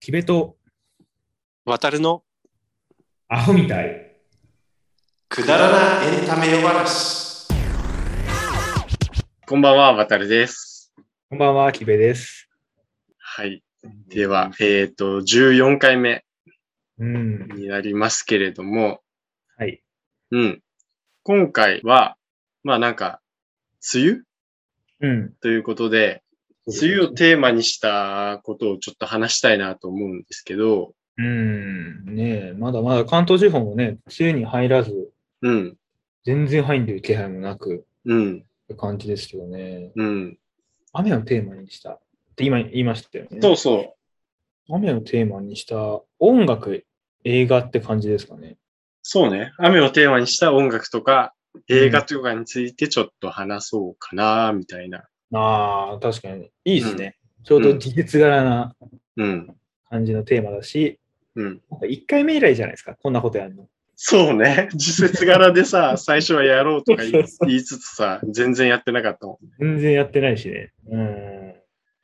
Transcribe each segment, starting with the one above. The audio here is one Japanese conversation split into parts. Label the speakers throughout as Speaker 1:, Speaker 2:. Speaker 1: キベト、
Speaker 2: 渡るの
Speaker 1: アホみたい。
Speaker 2: くだらなエンタメ呼ばなし。
Speaker 3: こんばんは、わたるです。
Speaker 1: こんばんは、キベです。
Speaker 3: はい。では、えっ、と、14回目
Speaker 1: うん。
Speaker 3: になりますけれども、
Speaker 1: はい。
Speaker 3: うん。今回は、まあなんか、梅雨
Speaker 1: うん。
Speaker 3: ということで、梅雨をテーマにしたことをちょっと話したいなと思うんですけど、
Speaker 1: うん。ねえ、まだまだ関東地方もね、梅雨に入らず、
Speaker 3: うん、
Speaker 1: 全然入んでる気配もなく、
Speaker 3: うん、
Speaker 1: って感じですけどね。
Speaker 3: うん。
Speaker 1: 雨をテーマにした。って今言いましたよね。
Speaker 3: そうそ
Speaker 1: 雨をテーマにした音楽、映画って感じですかね。
Speaker 3: う。そうね。雨をテーマにした音楽とか、映画とかについてちょっと話そうかな、みたいな。
Speaker 1: ああ、確かに。いいですね。ちょうど事実柄な
Speaker 3: うん、
Speaker 1: 感じのテーマだし、
Speaker 3: うん。
Speaker 1: なんか1回目以来じゃないですか、こんなことやるの。
Speaker 3: そうね。時節柄でさ、最初はやろうとか言い
Speaker 1: そうそう
Speaker 3: 言いつつさ、全然やってなかったもん。
Speaker 1: 全然やってないしね。うん。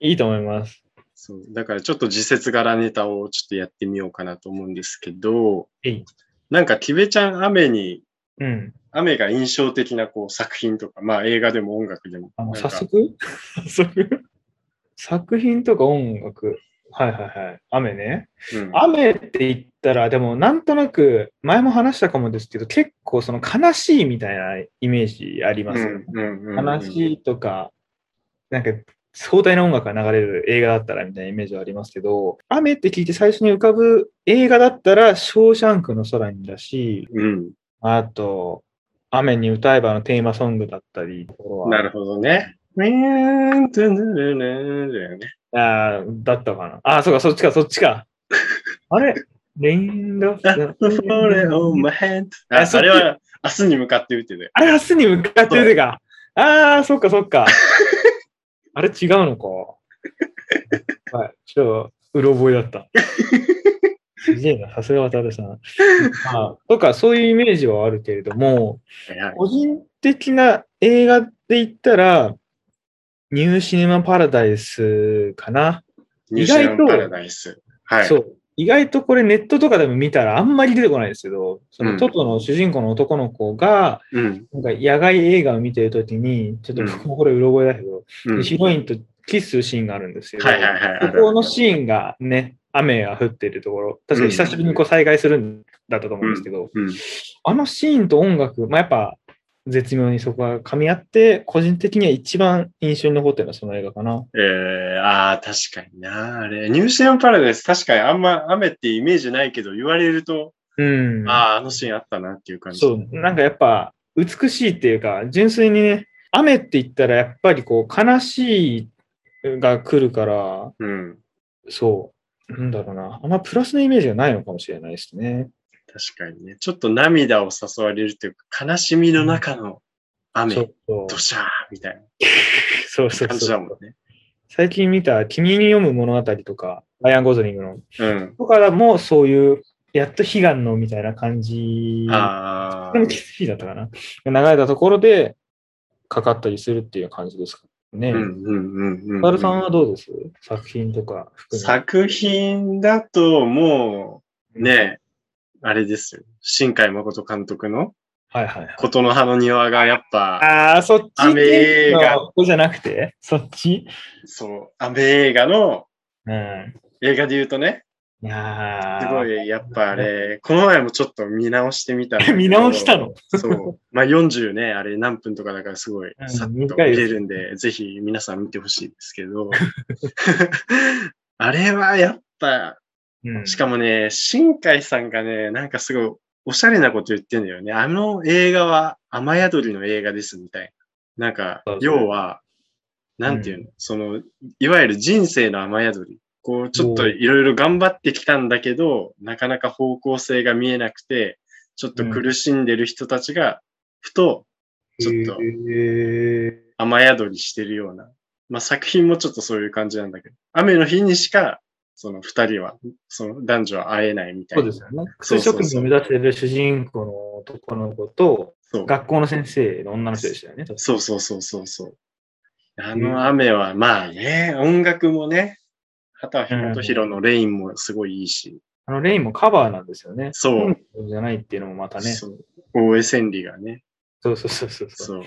Speaker 1: いいと思います。
Speaker 3: そう。だからちょっと時節柄ネタをちょっとやってみようかなと思うんですけど、
Speaker 1: えい。
Speaker 3: なんかキベちゃん雨に、
Speaker 1: うん。
Speaker 3: 雨が印象的なこう作品とか、まあ映画でも音楽でも。
Speaker 1: あ
Speaker 3: な
Speaker 1: の
Speaker 3: ん
Speaker 1: 早
Speaker 3: か
Speaker 1: 速早速作品とか音楽。はいはいはい。雨ね。
Speaker 3: うん、
Speaker 1: 雨って言ったら、でもなんとなく、前も話したかもですけど、結構その悲しいみたいなイメージありますよね。
Speaker 3: うんうんうんうん
Speaker 1: 悲しいとか、なんか壮大な音楽が流れる映画だったらみたいなイメージはありますけど、雨って聞いて最初に浮かぶ映画だったら、ショーシャンクの空にだし、
Speaker 3: うん。
Speaker 1: あと、雨に歌えばのテーマソングだったり、
Speaker 3: なるほどね。ねーんてんてんてんてんだよね。
Speaker 1: あーだったかな。あー、そうか、そっちか、そっちか。 あれレインド
Speaker 3: あ Falling on my hand
Speaker 1: あ
Speaker 3: あ
Speaker 1: そっち
Speaker 3: あれは明日に向かって打ってたよ。
Speaker 1: あれ、明日に向かってるてか。ああ、そっかそっ か。あれ、違うのか。はい、ちょっと、うろ覚えだ った。すげえな、さすが渡辺さん。まあ、とか、そういうイメージはあるけれども、
Speaker 3: はいはい
Speaker 1: 個人的な映画で言ったら、ニューシネマパラダイスかな。
Speaker 3: ニュ
Speaker 1: 意
Speaker 3: ージーラ
Speaker 1: 外
Speaker 3: ン
Speaker 1: と
Speaker 3: ドパラダイス。はい。
Speaker 1: そう。意外とこれネットとかでも見たらあんまり出てこないですけど、そうの
Speaker 3: ん
Speaker 1: トトの主人公の男の子が、
Speaker 3: うん。
Speaker 1: なんか野外映画を見てるときに、ちょっと僕もこれうろ覚えだけど、
Speaker 3: うん。
Speaker 1: ヒロインとキスするシーンがあるんですけど、
Speaker 3: はいはいはいある。
Speaker 1: そこのシーンがね、雨が降ってるところ、確かに久しぶりにこう災害するんだったと思うんですけど、
Speaker 3: うん。
Speaker 1: あのシーンと音楽、まあ、やっぱ絶妙にそこが噛み合って、個人的には一番印象に残ってるのはその映画かな。
Speaker 3: えー、ああ、確かにな。あれ、ニューシネマパラダイス、確かにあんま雨ってイメージないけど、言われると、
Speaker 1: うん。
Speaker 3: ああ、あのシーンあったなっていう感じ。
Speaker 1: そう、なんかやっぱ美しいっていうか、純粋にね、雨って言ったらやっぱりこう悲しいが来るから、
Speaker 3: うん。
Speaker 1: そう、なんだろうな、あんまプラスのイメージがないのかもしれないですね。
Speaker 3: 確かにね。ちょっと涙を誘われるというか、悲しみの中の
Speaker 1: そ
Speaker 3: 雨、
Speaker 1: うそう
Speaker 3: ドシャーみたい
Speaker 1: そうそ
Speaker 3: な
Speaker 1: う
Speaker 3: 感じ
Speaker 1: そ
Speaker 3: だ
Speaker 1: う
Speaker 3: もんね。
Speaker 1: 最近見た「君に読む物語」とか、ライアン・ゴズリングの、
Speaker 3: うん。
Speaker 1: とかもそういう、やっと悲願のみたいな感じ、
Speaker 3: あ
Speaker 1: でもキスシーンだったかな。流れたところでかかったりするっていう感じですかね。
Speaker 3: あ、うん
Speaker 1: う
Speaker 3: うんんうんうん、
Speaker 1: バ
Speaker 3: う
Speaker 1: ルさん
Speaker 3: ん。
Speaker 1: はどうです作品とか含め
Speaker 3: 作品だと、もう、ね、あれですよ。新海誠監督の、
Speaker 1: はいはいはい。
Speaker 3: ことの葉の庭がやっぱ、
Speaker 1: ああ、そっち
Speaker 3: 雨映画
Speaker 1: ここじゃなくて、そっち
Speaker 3: そう、アメ映画の
Speaker 1: うん。
Speaker 3: 映画で言うとね、
Speaker 1: いやー
Speaker 3: すごい、やっぱあれ、この前もちょっと見直してみたんだけど。
Speaker 1: 見直したの
Speaker 3: そう。まあ40ね、あれ何分とかだからすごい、
Speaker 1: うん
Speaker 3: さっと見
Speaker 1: 短いです
Speaker 3: れるんで、ぜひ皆さん見てほしいですけど。 あれはやっぱ、
Speaker 1: うん、
Speaker 3: しかもね、新海さんがね、なんかすごい、おしゃれなこと言ってんだよね。あの映画は雨宿りの映画ですみたいな。なんか
Speaker 1: そう、そう
Speaker 3: 要は、なんていうの、その、いわゆる人生の雨宿り。こう、ちょっといろいろ頑張ってきたんだけど、なかなか方向性が見えなくて、ちょっと苦しんでる人たちが、ふと、ちょっと
Speaker 1: へー
Speaker 3: 雨宿りしてるような。まあ、作品もちょっとそういう感じなんだけど、雨の日にしか、その二人は、その男女は会えないみたい
Speaker 1: そ
Speaker 3: な。
Speaker 1: うですよね。
Speaker 3: そ
Speaker 1: 薬
Speaker 3: うそうそ
Speaker 1: 職
Speaker 3: う
Speaker 1: 人を目指してる主人公の男の子と、
Speaker 3: そう
Speaker 1: 学校の先生の女の人でしたよね。
Speaker 3: そうそうそうそうそう。あの雨は、まあね、音楽もね、片岡元宏のレインもすごいいいし、
Speaker 1: あの、レインもカバーなんですよね。
Speaker 3: そう
Speaker 1: 本人じゃないっていうのもまたね。そ
Speaker 3: そう大江千里がね、
Speaker 1: うそうそうそう。そう
Speaker 3: そう。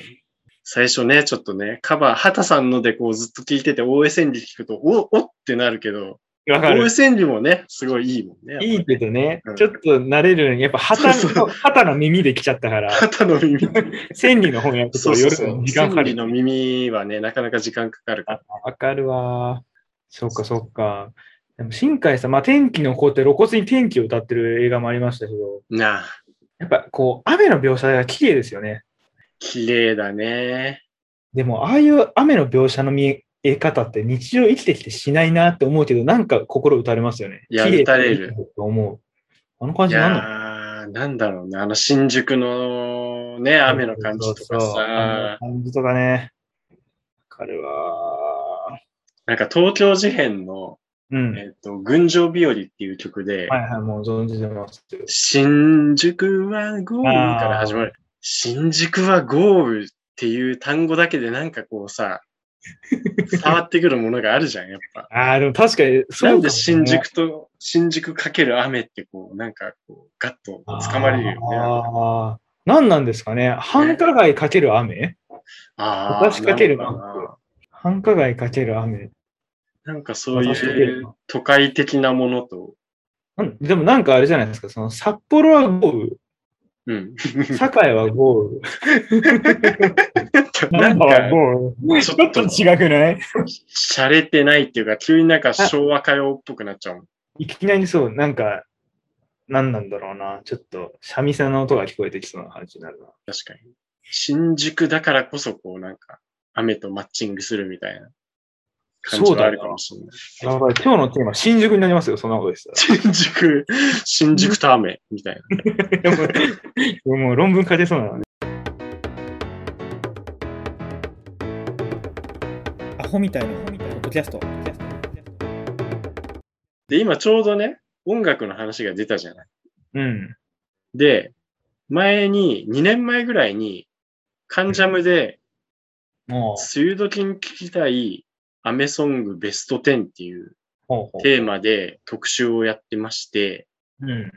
Speaker 3: 最初ね、ちょっとね、カバー、畑さんのでこうずっと聞いてて、大江千里聞くと、お、おってなるけど、
Speaker 1: わか
Speaker 3: 大江
Speaker 1: る。
Speaker 3: 千里もね、すごいいいもんね。
Speaker 1: いいけどね、
Speaker 3: うん
Speaker 1: ちょっと慣れるのに、やっぱ旗
Speaker 3: そうそ
Speaker 1: の、旗の耳で来ちゃった から、
Speaker 3: 畑 の耳。
Speaker 1: 千里の翻訳と
Speaker 3: そうそう
Speaker 1: 夜
Speaker 3: そう
Speaker 1: の。時
Speaker 3: 千
Speaker 1: 間かか
Speaker 3: 里
Speaker 1: る。
Speaker 3: の耳はね、なかなか時間かかるから。
Speaker 1: わかるわ。そっかそっか。でも新海さん、まあ天気の子って露骨に天気を歌ってる映画もありましたけど、
Speaker 3: なあ、
Speaker 1: やっぱこう、雨の描写が綺麗ですよね。
Speaker 3: 綺麗だね。
Speaker 1: でも、ああいう雨の描写の見え方って日常生きてきてしないなって思うけど、なんか心打たれますよね。
Speaker 3: いや
Speaker 1: 綺麗
Speaker 3: 打たれる。
Speaker 1: と思う。あの感
Speaker 3: い
Speaker 1: じ
Speaker 3: や
Speaker 1: なんの
Speaker 3: ー、なんだろうね。あの新宿のね、雨の感じとか
Speaker 1: そうそう雨
Speaker 3: さ、
Speaker 1: の感じとかね。わかるわ。
Speaker 3: なんか東京事変の、
Speaker 1: うん。
Speaker 3: えっと、群青日和っていう曲で、
Speaker 1: はいはい、もう存じてますよ。
Speaker 3: 新宿は豪雨から始まる。新宿は豪雨っていう単語だけでなんかこうさ、触ってくるものがあるじゃん、やっぱ。
Speaker 1: ああ、でも確かに、そうか
Speaker 3: なん
Speaker 1: もね
Speaker 3: で新宿と、新宿かける雨ってこう、なんかこう、ガッと掴まれるよね。
Speaker 1: ああ。何なんですかね繁華街かける雨
Speaker 3: あ
Speaker 1: 私かけるな
Speaker 3: な
Speaker 1: ん
Speaker 3: か
Speaker 1: 繁華街かける雨。
Speaker 3: ななんかそう
Speaker 1: 私かけ
Speaker 3: い
Speaker 1: る
Speaker 3: う
Speaker 1: な
Speaker 3: 都会的なものと、
Speaker 1: なんでもなんかあれじゃないですか、その札幌は豪
Speaker 3: うん。
Speaker 1: 雨、堺は豪雨、
Speaker 3: な
Speaker 1: なんん
Speaker 3: か、
Speaker 1: 豪雨。
Speaker 3: ち
Speaker 1: ち
Speaker 3: ょ
Speaker 1: ょ
Speaker 3: っ
Speaker 1: っ
Speaker 3: と
Speaker 1: と違くない
Speaker 3: 洒落てないっていうか、急になんか昭和歌謡っぽくなっちゃうもん。
Speaker 1: いきなりそう、なんか、なんなんだろうな。ちょっと、三味線の音が聞こえてきそうな感じになるな。
Speaker 3: 確かに。新宿だからこそ、こうなんか、雨とマッチングするみたいな感じ
Speaker 1: そうだ
Speaker 3: が
Speaker 1: な
Speaker 3: あるかもしれない。
Speaker 1: やばい、今日のテーマ、新宿になりますよ、そんなことでした
Speaker 3: 新宿、新宿と雨みたい
Speaker 1: ら。
Speaker 3: な。
Speaker 1: もうもう論文書けそうなのね。アホみたいな、ポッドキャスト。
Speaker 3: で、今ちょうどね、音楽の話が出たじゃない。
Speaker 1: うん。
Speaker 3: で、前に、2年前ぐらいに、カンジャムで、
Speaker 1: もう、
Speaker 3: 梅雨時に聴きたいアメソングベスト10っていう
Speaker 1: ほうほ
Speaker 3: テーマで特集をやってまして、
Speaker 1: う。うん。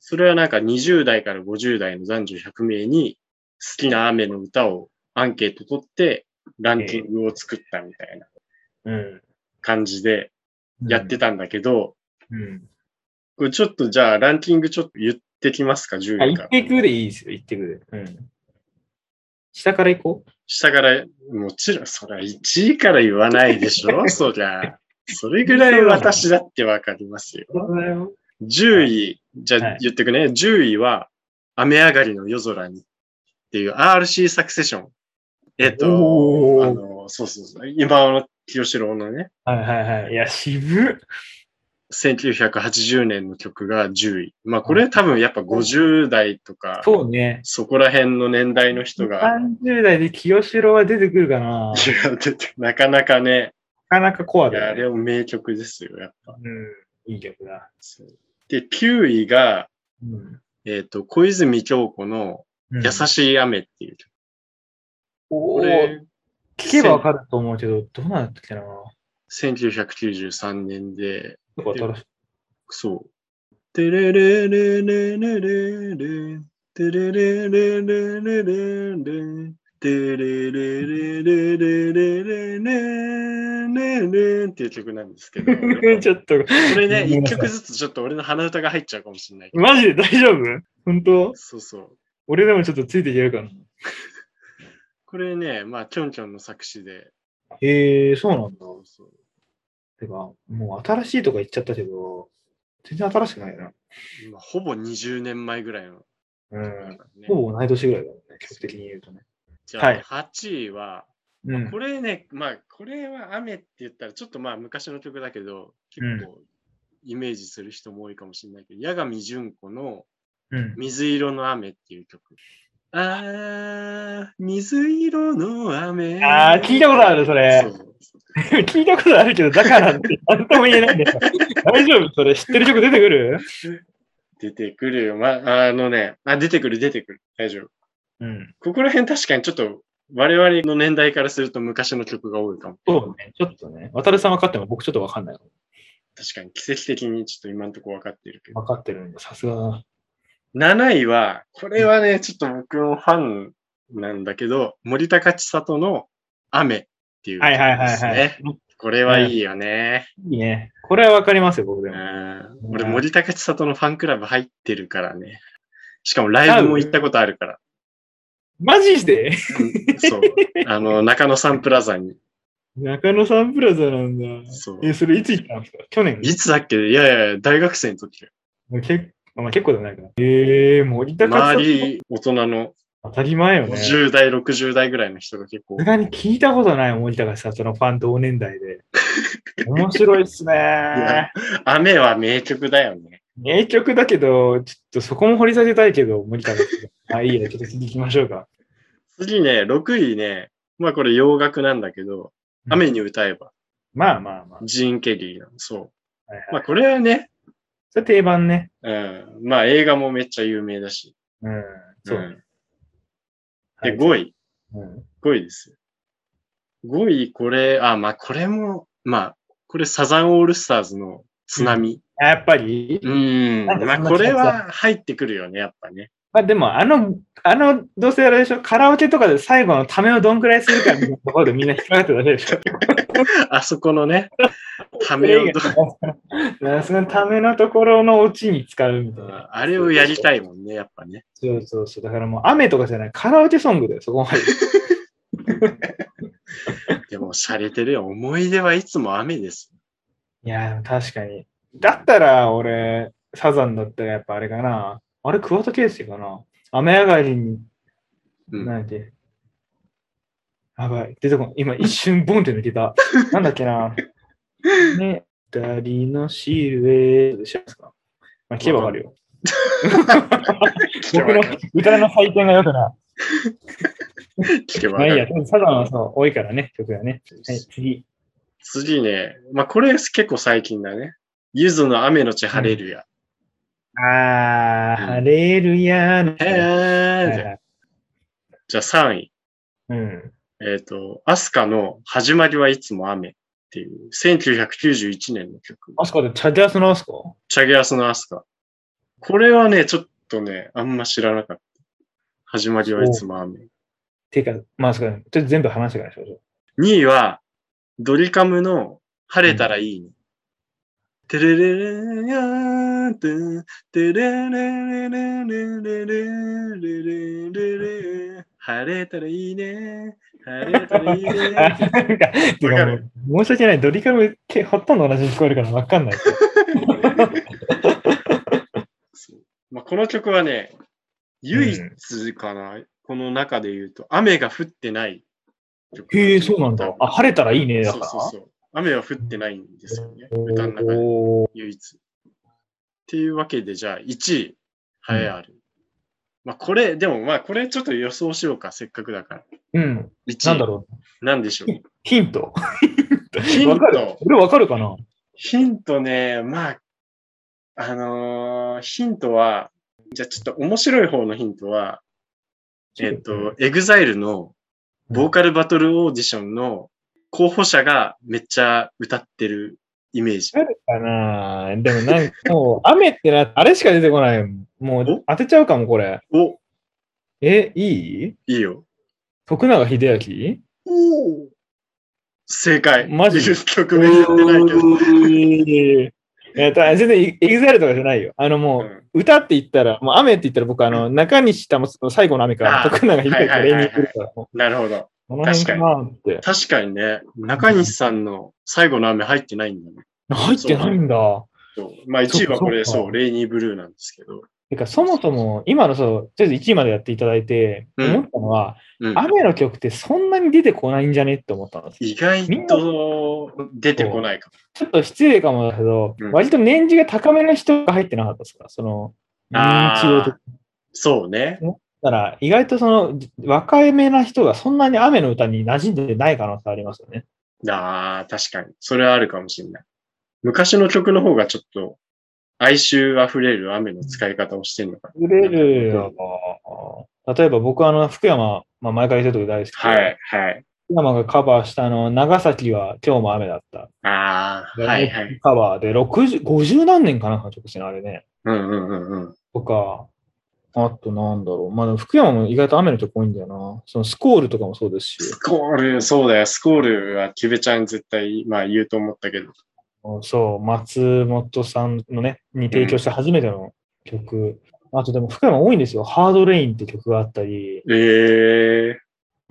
Speaker 3: それはなんか20代から50代の男女100名に好きな雨の歌をアンケート取ってランキングを作ったみたいな
Speaker 1: う
Speaker 3: 感じで
Speaker 1: ん。
Speaker 3: やってたんだけど、
Speaker 1: うん。
Speaker 3: これちょっとじゃあランキングちょっと言ってきますか、10
Speaker 1: あ、
Speaker 3: 位
Speaker 1: 一
Speaker 3: から。
Speaker 1: テイクでいいですよ、一テイクで。うん。下から行こう。
Speaker 3: 下から、もちろんそりゃ1位から言わないで しょ、そりゃ。それぐらい私だってわかりますよ。10位、じゃ
Speaker 1: は
Speaker 3: あ
Speaker 1: い
Speaker 3: 言ってくね。10位は、雨上がりの夜空にっていう RC サクセション。えっと、
Speaker 1: おー
Speaker 3: あの、そうそうそう。今の清志郎のね、
Speaker 1: はいはいはい。いや、渋っ。
Speaker 3: 1980年の曲が10位。まあこれ多分やっぱ50代とか、
Speaker 1: そうね。
Speaker 3: そこら辺の年代の人が、
Speaker 1: 30代で清志郎は出てくるかな。ない
Speaker 3: や出てなかなかね、
Speaker 1: かなかコア
Speaker 3: いや
Speaker 1: だ
Speaker 3: あ
Speaker 1: よ、ね。
Speaker 3: れも名曲ですよ、やっぱ。
Speaker 1: うん。いい曲だ。
Speaker 3: で、9位が、
Speaker 1: うん。
Speaker 3: えっ、と、小泉京子の
Speaker 1: うん
Speaker 3: 優しい雨っていう曲。
Speaker 1: お
Speaker 3: こ
Speaker 1: ー
Speaker 3: れ、
Speaker 1: 聞けばわかると思うけど、どうなんだったっけな。
Speaker 3: 1993年で、
Speaker 1: とか新しい。
Speaker 3: そう。てれれれれれれれ、てれれれれれれれ、てれれれれれれれれれれっていう曲なんですけど、こ
Speaker 1: ちょっと、
Speaker 3: れね、
Speaker 1: ごめん
Speaker 3: 一
Speaker 1: なさい
Speaker 3: 曲ずつちょっと俺の鼻歌が入っちゃうかもしれないけど。
Speaker 1: マジで大丈夫本当
Speaker 3: そうそう。
Speaker 1: 俺でもちょっとついていけるかな。
Speaker 3: これね、まあ、きょんきょんの作詞で、
Speaker 1: へえー、そうなんだ。
Speaker 3: そうそう
Speaker 1: てか、もう新しいとか言っちゃったけど、全然新しくないな。
Speaker 3: 今ほぼ20年前ぐらいの、
Speaker 1: うん。
Speaker 3: ね
Speaker 1: ほぼ同い年ぐらいだもんね、曲的に言うとね。
Speaker 3: じ
Speaker 1: は
Speaker 3: ゃ
Speaker 1: い
Speaker 3: あ、8位は、
Speaker 1: うん
Speaker 3: こ。れね、まあ、これは雨って言ったら、ちょっとまあ、昔の曲だけど、結構イメージする人も多いかもしれないけど、八神純子の
Speaker 1: うん。
Speaker 3: 水色の雨っていう曲。あー、水色の雨。
Speaker 1: あー聞いたことあるそれ
Speaker 3: そう
Speaker 1: 聞いたことあるけど、だからって、 なんとも言えないんだよ。大丈夫それ知ってる曲出てくる
Speaker 3: 出てくるよ。まあ、あのね、あ、出てくる、出てくる。大丈夫。
Speaker 1: うん。
Speaker 3: ここら辺確かにちょっと、我々の年代からすると昔の曲が多いかも。
Speaker 1: そうね。ちょっとね。渡るさん分かっても僕ちょっと分かんない。
Speaker 3: 確かに奇跡的にちょっと今んとこ分かってるけど。
Speaker 1: 分かってるんで、さすがだな。
Speaker 3: 7位は、これはね、ちょっと僕もファンなんだけど、森高千里の雨っていう、
Speaker 1: はいはいはいはい。
Speaker 3: ね。これはいいよね。
Speaker 1: いいね。これは分かりますよ、僕で
Speaker 3: う
Speaker 1: も。
Speaker 3: ん
Speaker 1: うん
Speaker 3: 俺、森高千里のファンクラブ入ってるからね。しかもライブも行ったことあるから。
Speaker 1: マジで
Speaker 3: うんそう。あの、中野サンプラザに。
Speaker 1: 中野サンプラザなんだ。
Speaker 3: そう。
Speaker 1: え、それいつ行ったんですか去年
Speaker 3: いつだっけいやいやいや、大学生の時よ。
Speaker 1: 結まあ、結構じゃないかな。ええー、森高さん。
Speaker 3: 周り、大人の
Speaker 1: 当たり前よね。さ
Speaker 3: 50代、60代ぐらいの人が結構
Speaker 1: すがに聞いたことない森高さんとのファン同年代 で。面白いっすね
Speaker 3: や。雨は名曲だよね。
Speaker 1: 名曲だけど、ちょっとそこも掘り下げたいけど、森高さん。 あ、いいや、ちょっと次行きましょうか。
Speaker 3: 次ね、6位ね、まあこれ洋楽なんだけど、
Speaker 1: うん
Speaker 3: 雨に歌えば、
Speaker 1: まあまあまあ。
Speaker 3: ジーン・ケリーなの。そう。
Speaker 1: はいはい
Speaker 3: まあこれはね、
Speaker 1: それ定番ね。
Speaker 3: うん、まあ映画もめっちゃ有名だし。
Speaker 1: うん。そうね。
Speaker 3: うんで、
Speaker 1: はい
Speaker 3: 5位、
Speaker 1: うん。
Speaker 3: 5位ですよ。5位、これ、あ、まあこれも、まあ、これサザンオールスターズの津波。
Speaker 1: あやっぱり、
Speaker 3: うん、
Speaker 1: なんかそん
Speaker 3: ま
Speaker 1: な
Speaker 3: あこれは入ってくるよね、やっぱね。
Speaker 1: まあでも、あの、あの、どうせあれでしょ、カラオケとかで最後のためをどんくらいするかみたいなところでみん な引っかかってるだけでしょ。
Speaker 3: あそこ のね、ためをどう
Speaker 1: なそのためのところのオチに使うみたいな。
Speaker 3: あれをやりたいもんね、やっぱね。
Speaker 1: そうそうそう。だからもう雨とかじゃない、カラオケソングだよ、そこまで。
Speaker 3: でも、洒落てるよ。思い出はいつも雨です。
Speaker 1: いやー、確かに。だったら、俺、サザンだったらやっぱあれかな。あれ、桑田佳祐かな。雨上がりに、
Speaker 3: うん
Speaker 1: なんだっけ。やばい、出てこん。今一瞬ボンって抜けた。なんだっけな。ね、二人のシルエットで知らんすか。まあ、聞けばわかるよ。僕の歌の採点が良くない。
Speaker 3: 聞けば
Speaker 1: まあ
Speaker 3: わ
Speaker 1: い
Speaker 3: か
Speaker 1: いや、
Speaker 3: る。
Speaker 1: でもサザンはそう、多いからね、曲がね。はい、次。
Speaker 3: 次ね、まあ、これ結構最近だね。ゆずの雨のち晴れるや。
Speaker 1: あー、
Speaker 3: うん
Speaker 1: ハレルヤー。
Speaker 3: へ
Speaker 1: はい
Speaker 3: ー。じゃあ3位。
Speaker 1: うん。
Speaker 3: えっ、と、アスカの始まりはいつも雨っていう、1991年の曲。
Speaker 1: あそこでチャディアスのあそこ
Speaker 3: チャゲアスのアスカ。これはね、ちょっとね、あんま知らなかった。始まりはいつも雨。
Speaker 1: ていうか、まあそうか、ちょっと全部話してからにしましょう。
Speaker 3: 2位は、ドリカムの晴れたらいいね。てれれれやーてん、てれれれれれれれれれれれ晴れたらいいね。晴れたらいい
Speaker 1: あ、
Speaker 3: ね。
Speaker 1: なんか、てかも
Speaker 3: わか
Speaker 1: う申し訳ない。ドリカムけほとんど同じに聞こえるからわかんない。
Speaker 3: まあ、この曲はね、唯一かな、この中で言うと、雨が降ってない曲。
Speaker 1: へえ、そうなんだ。あ、晴れたらいいね、だか
Speaker 3: そう
Speaker 1: ら。
Speaker 3: そうそう。雨は降ってないんですよね。歌の中で。
Speaker 1: おー
Speaker 3: 唯一。っていうわけで、じゃあ1位、栄えある。まあこれ、でもまあこれちょっと予想しようか、せっかくだから。
Speaker 1: うん、
Speaker 3: 1位。
Speaker 1: なんだろう。
Speaker 3: なんでしょ う。
Speaker 1: ヒント。
Speaker 3: ヒン
Speaker 1: わかる
Speaker 3: ト。
Speaker 1: 俺わかるかな
Speaker 3: ヒントね、まあ、あのーヒントは、じゃあちょっと面白い方のヒントは、えっ、と、エグザイルのボーカルバトルオーディションの候補者がめっちゃ歌ってるイメージ。
Speaker 1: かなでもなんかもう、 雨ってな、あれしか出てこないもん。もう
Speaker 3: お
Speaker 1: 当てちゃうかも、これ。
Speaker 3: お、
Speaker 1: え、いい
Speaker 3: いいよ。
Speaker 1: 徳永英
Speaker 3: お正解。
Speaker 1: マジ
Speaker 3: 曲
Speaker 1: 明
Speaker 3: 名言ってないけど。
Speaker 1: いやた全然エグザイルとかじゃないよ。あのも
Speaker 3: うん
Speaker 1: う、歌って言ったら、もう雨って言ったら僕、あの、中西たま最後の雨から
Speaker 3: あー
Speaker 1: 徳永英明が例に来るから、もう
Speaker 3: なるほど。
Speaker 1: この辺かなって。
Speaker 3: 確かにね、中西さんの最後の雨入ってないんだね。
Speaker 1: 入ってないんだ。
Speaker 3: そうまあ1位はこれ、
Speaker 1: そうか
Speaker 3: そ
Speaker 1: そう
Speaker 3: う、
Speaker 1: か
Speaker 3: レイニーブルーなんですけど。
Speaker 1: てか、そもそも、今のそう、とりあえず1位までやっていただいて、
Speaker 3: うん
Speaker 1: 思ったのは、
Speaker 3: うん、
Speaker 1: 雨の曲ってそんなに出てこないんじゃねって思ったんですよ。
Speaker 3: 意外と出てこないかも。
Speaker 1: ちょっと失礼かもだけど、
Speaker 3: うん
Speaker 1: 割と年次が高めの人が入ってなかったですかその、認
Speaker 3: あ
Speaker 1: 知度的
Speaker 3: ーそうね。
Speaker 1: だから、意外とその、じ若いめな人がそんなに雨の歌に馴染んでない可能性ありますよね。
Speaker 3: ああ、確かに。それはあるかもしれない。昔の曲の方がちょっと哀愁あふれる雨の使い方をしてるのか
Speaker 1: 売れるよ。例えば僕はあの、福山、まあ、毎回言ってるとこ大好きで、
Speaker 3: な。はい、はい。
Speaker 1: 山がカバーしたあの、長崎は今日も雨だった。
Speaker 3: ああ、
Speaker 1: で
Speaker 3: はいはい。
Speaker 1: カバーで60、50何年かな、直してあれね。
Speaker 3: うんうんうんうん。
Speaker 1: とか、あとなんだろう。まあでも福山も意外と雨のとこ多いんだよな。そのスコールとかもそうですし、
Speaker 3: スコール、そうだよ。スコールはキベちゃん絶対、まあ言うと思ったけど。
Speaker 1: そう、松本さんのね、に提供した初めての曲。あとでも福山多いんですよ。ハードレインって曲があったり、
Speaker 3: ええー。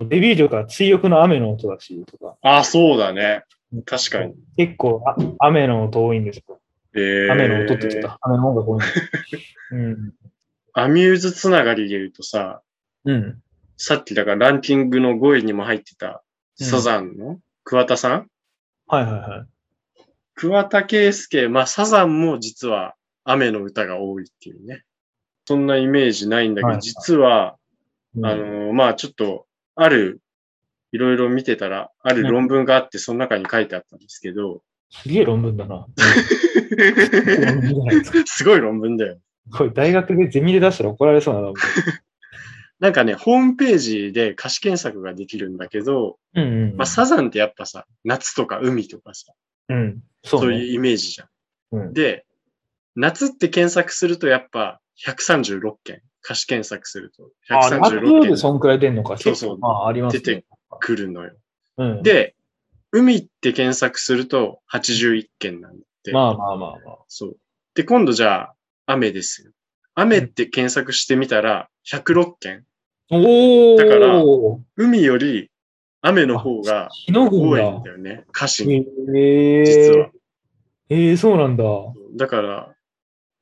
Speaker 1: デビュー曲は追憶の雨の音だし、とか。
Speaker 3: ああ、そうだね。確かに。
Speaker 1: 結構あ雨の音多いんですよ。
Speaker 3: えー
Speaker 1: 雨の音って言ってた。雨の音が多いんですよ。 うん。
Speaker 3: アミューズつながりで言うとさ、
Speaker 1: うん。
Speaker 3: さっきだからランキングの5位にも入ってた、サザンの桑田さん
Speaker 1: はいはいはい。
Speaker 3: 桑田佳祐、まあサザンも実は雨の歌が多いっていうね。そんなイメージないんだけど、
Speaker 1: はい
Speaker 3: 実は、
Speaker 1: うん
Speaker 3: あの、まあちょっと、ある、いろいろ見てたら、ある論文があって、その中に書いてあったんですけ ど、
Speaker 1: すげえ論文だな。論文じゃないですか
Speaker 3: すごい論文だよ。
Speaker 1: これ大学でゼミで出したら怒られ そうな論
Speaker 3: なんかね、ホームページで歌詞検索ができるんだけど、
Speaker 1: 文。うんうん。
Speaker 3: まあサザンってやっぱさ、夏とか海とかさ、
Speaker 1: うん。そ
Speaker 3: そうう
Speaker 1: ね。
Speaker 3: いうイメージじゃん。
Speaker 1: うん
Speaker 3: で、夏って検索するとやっぱ136件、歌詞検索すると
Speaker 1: あ、ラップで
Speaker 3: 136
Speaker 1: そ
Speaker 3: 件
Speaker 1: んくらい出んのか。
Speaker 3: そうそう
Speaker 1: 結構まあ、ありますね。
Speaker 3: 出て来るのよ。
Speaker 1: うん、
Speaker 3: で、海って検索すると81件なんで、
Speaker 1: まあまあまあまあ。
Speaker 3: そう。で、今度じゃあ雨ですよ。雨って検索してみたら106件。
Speaker 1: おー
Speaker 3: だから海より雨の方が
Speaker 1: しのぐん
Speaker 3: 多
Speaker 1: だ。
Speaker 3: いんだよね、歌詞に、
Speaker 1: えー、
Speaker 3: 実は。
Speaker 1: えー、そうなんだ。
Speaker 3: だから、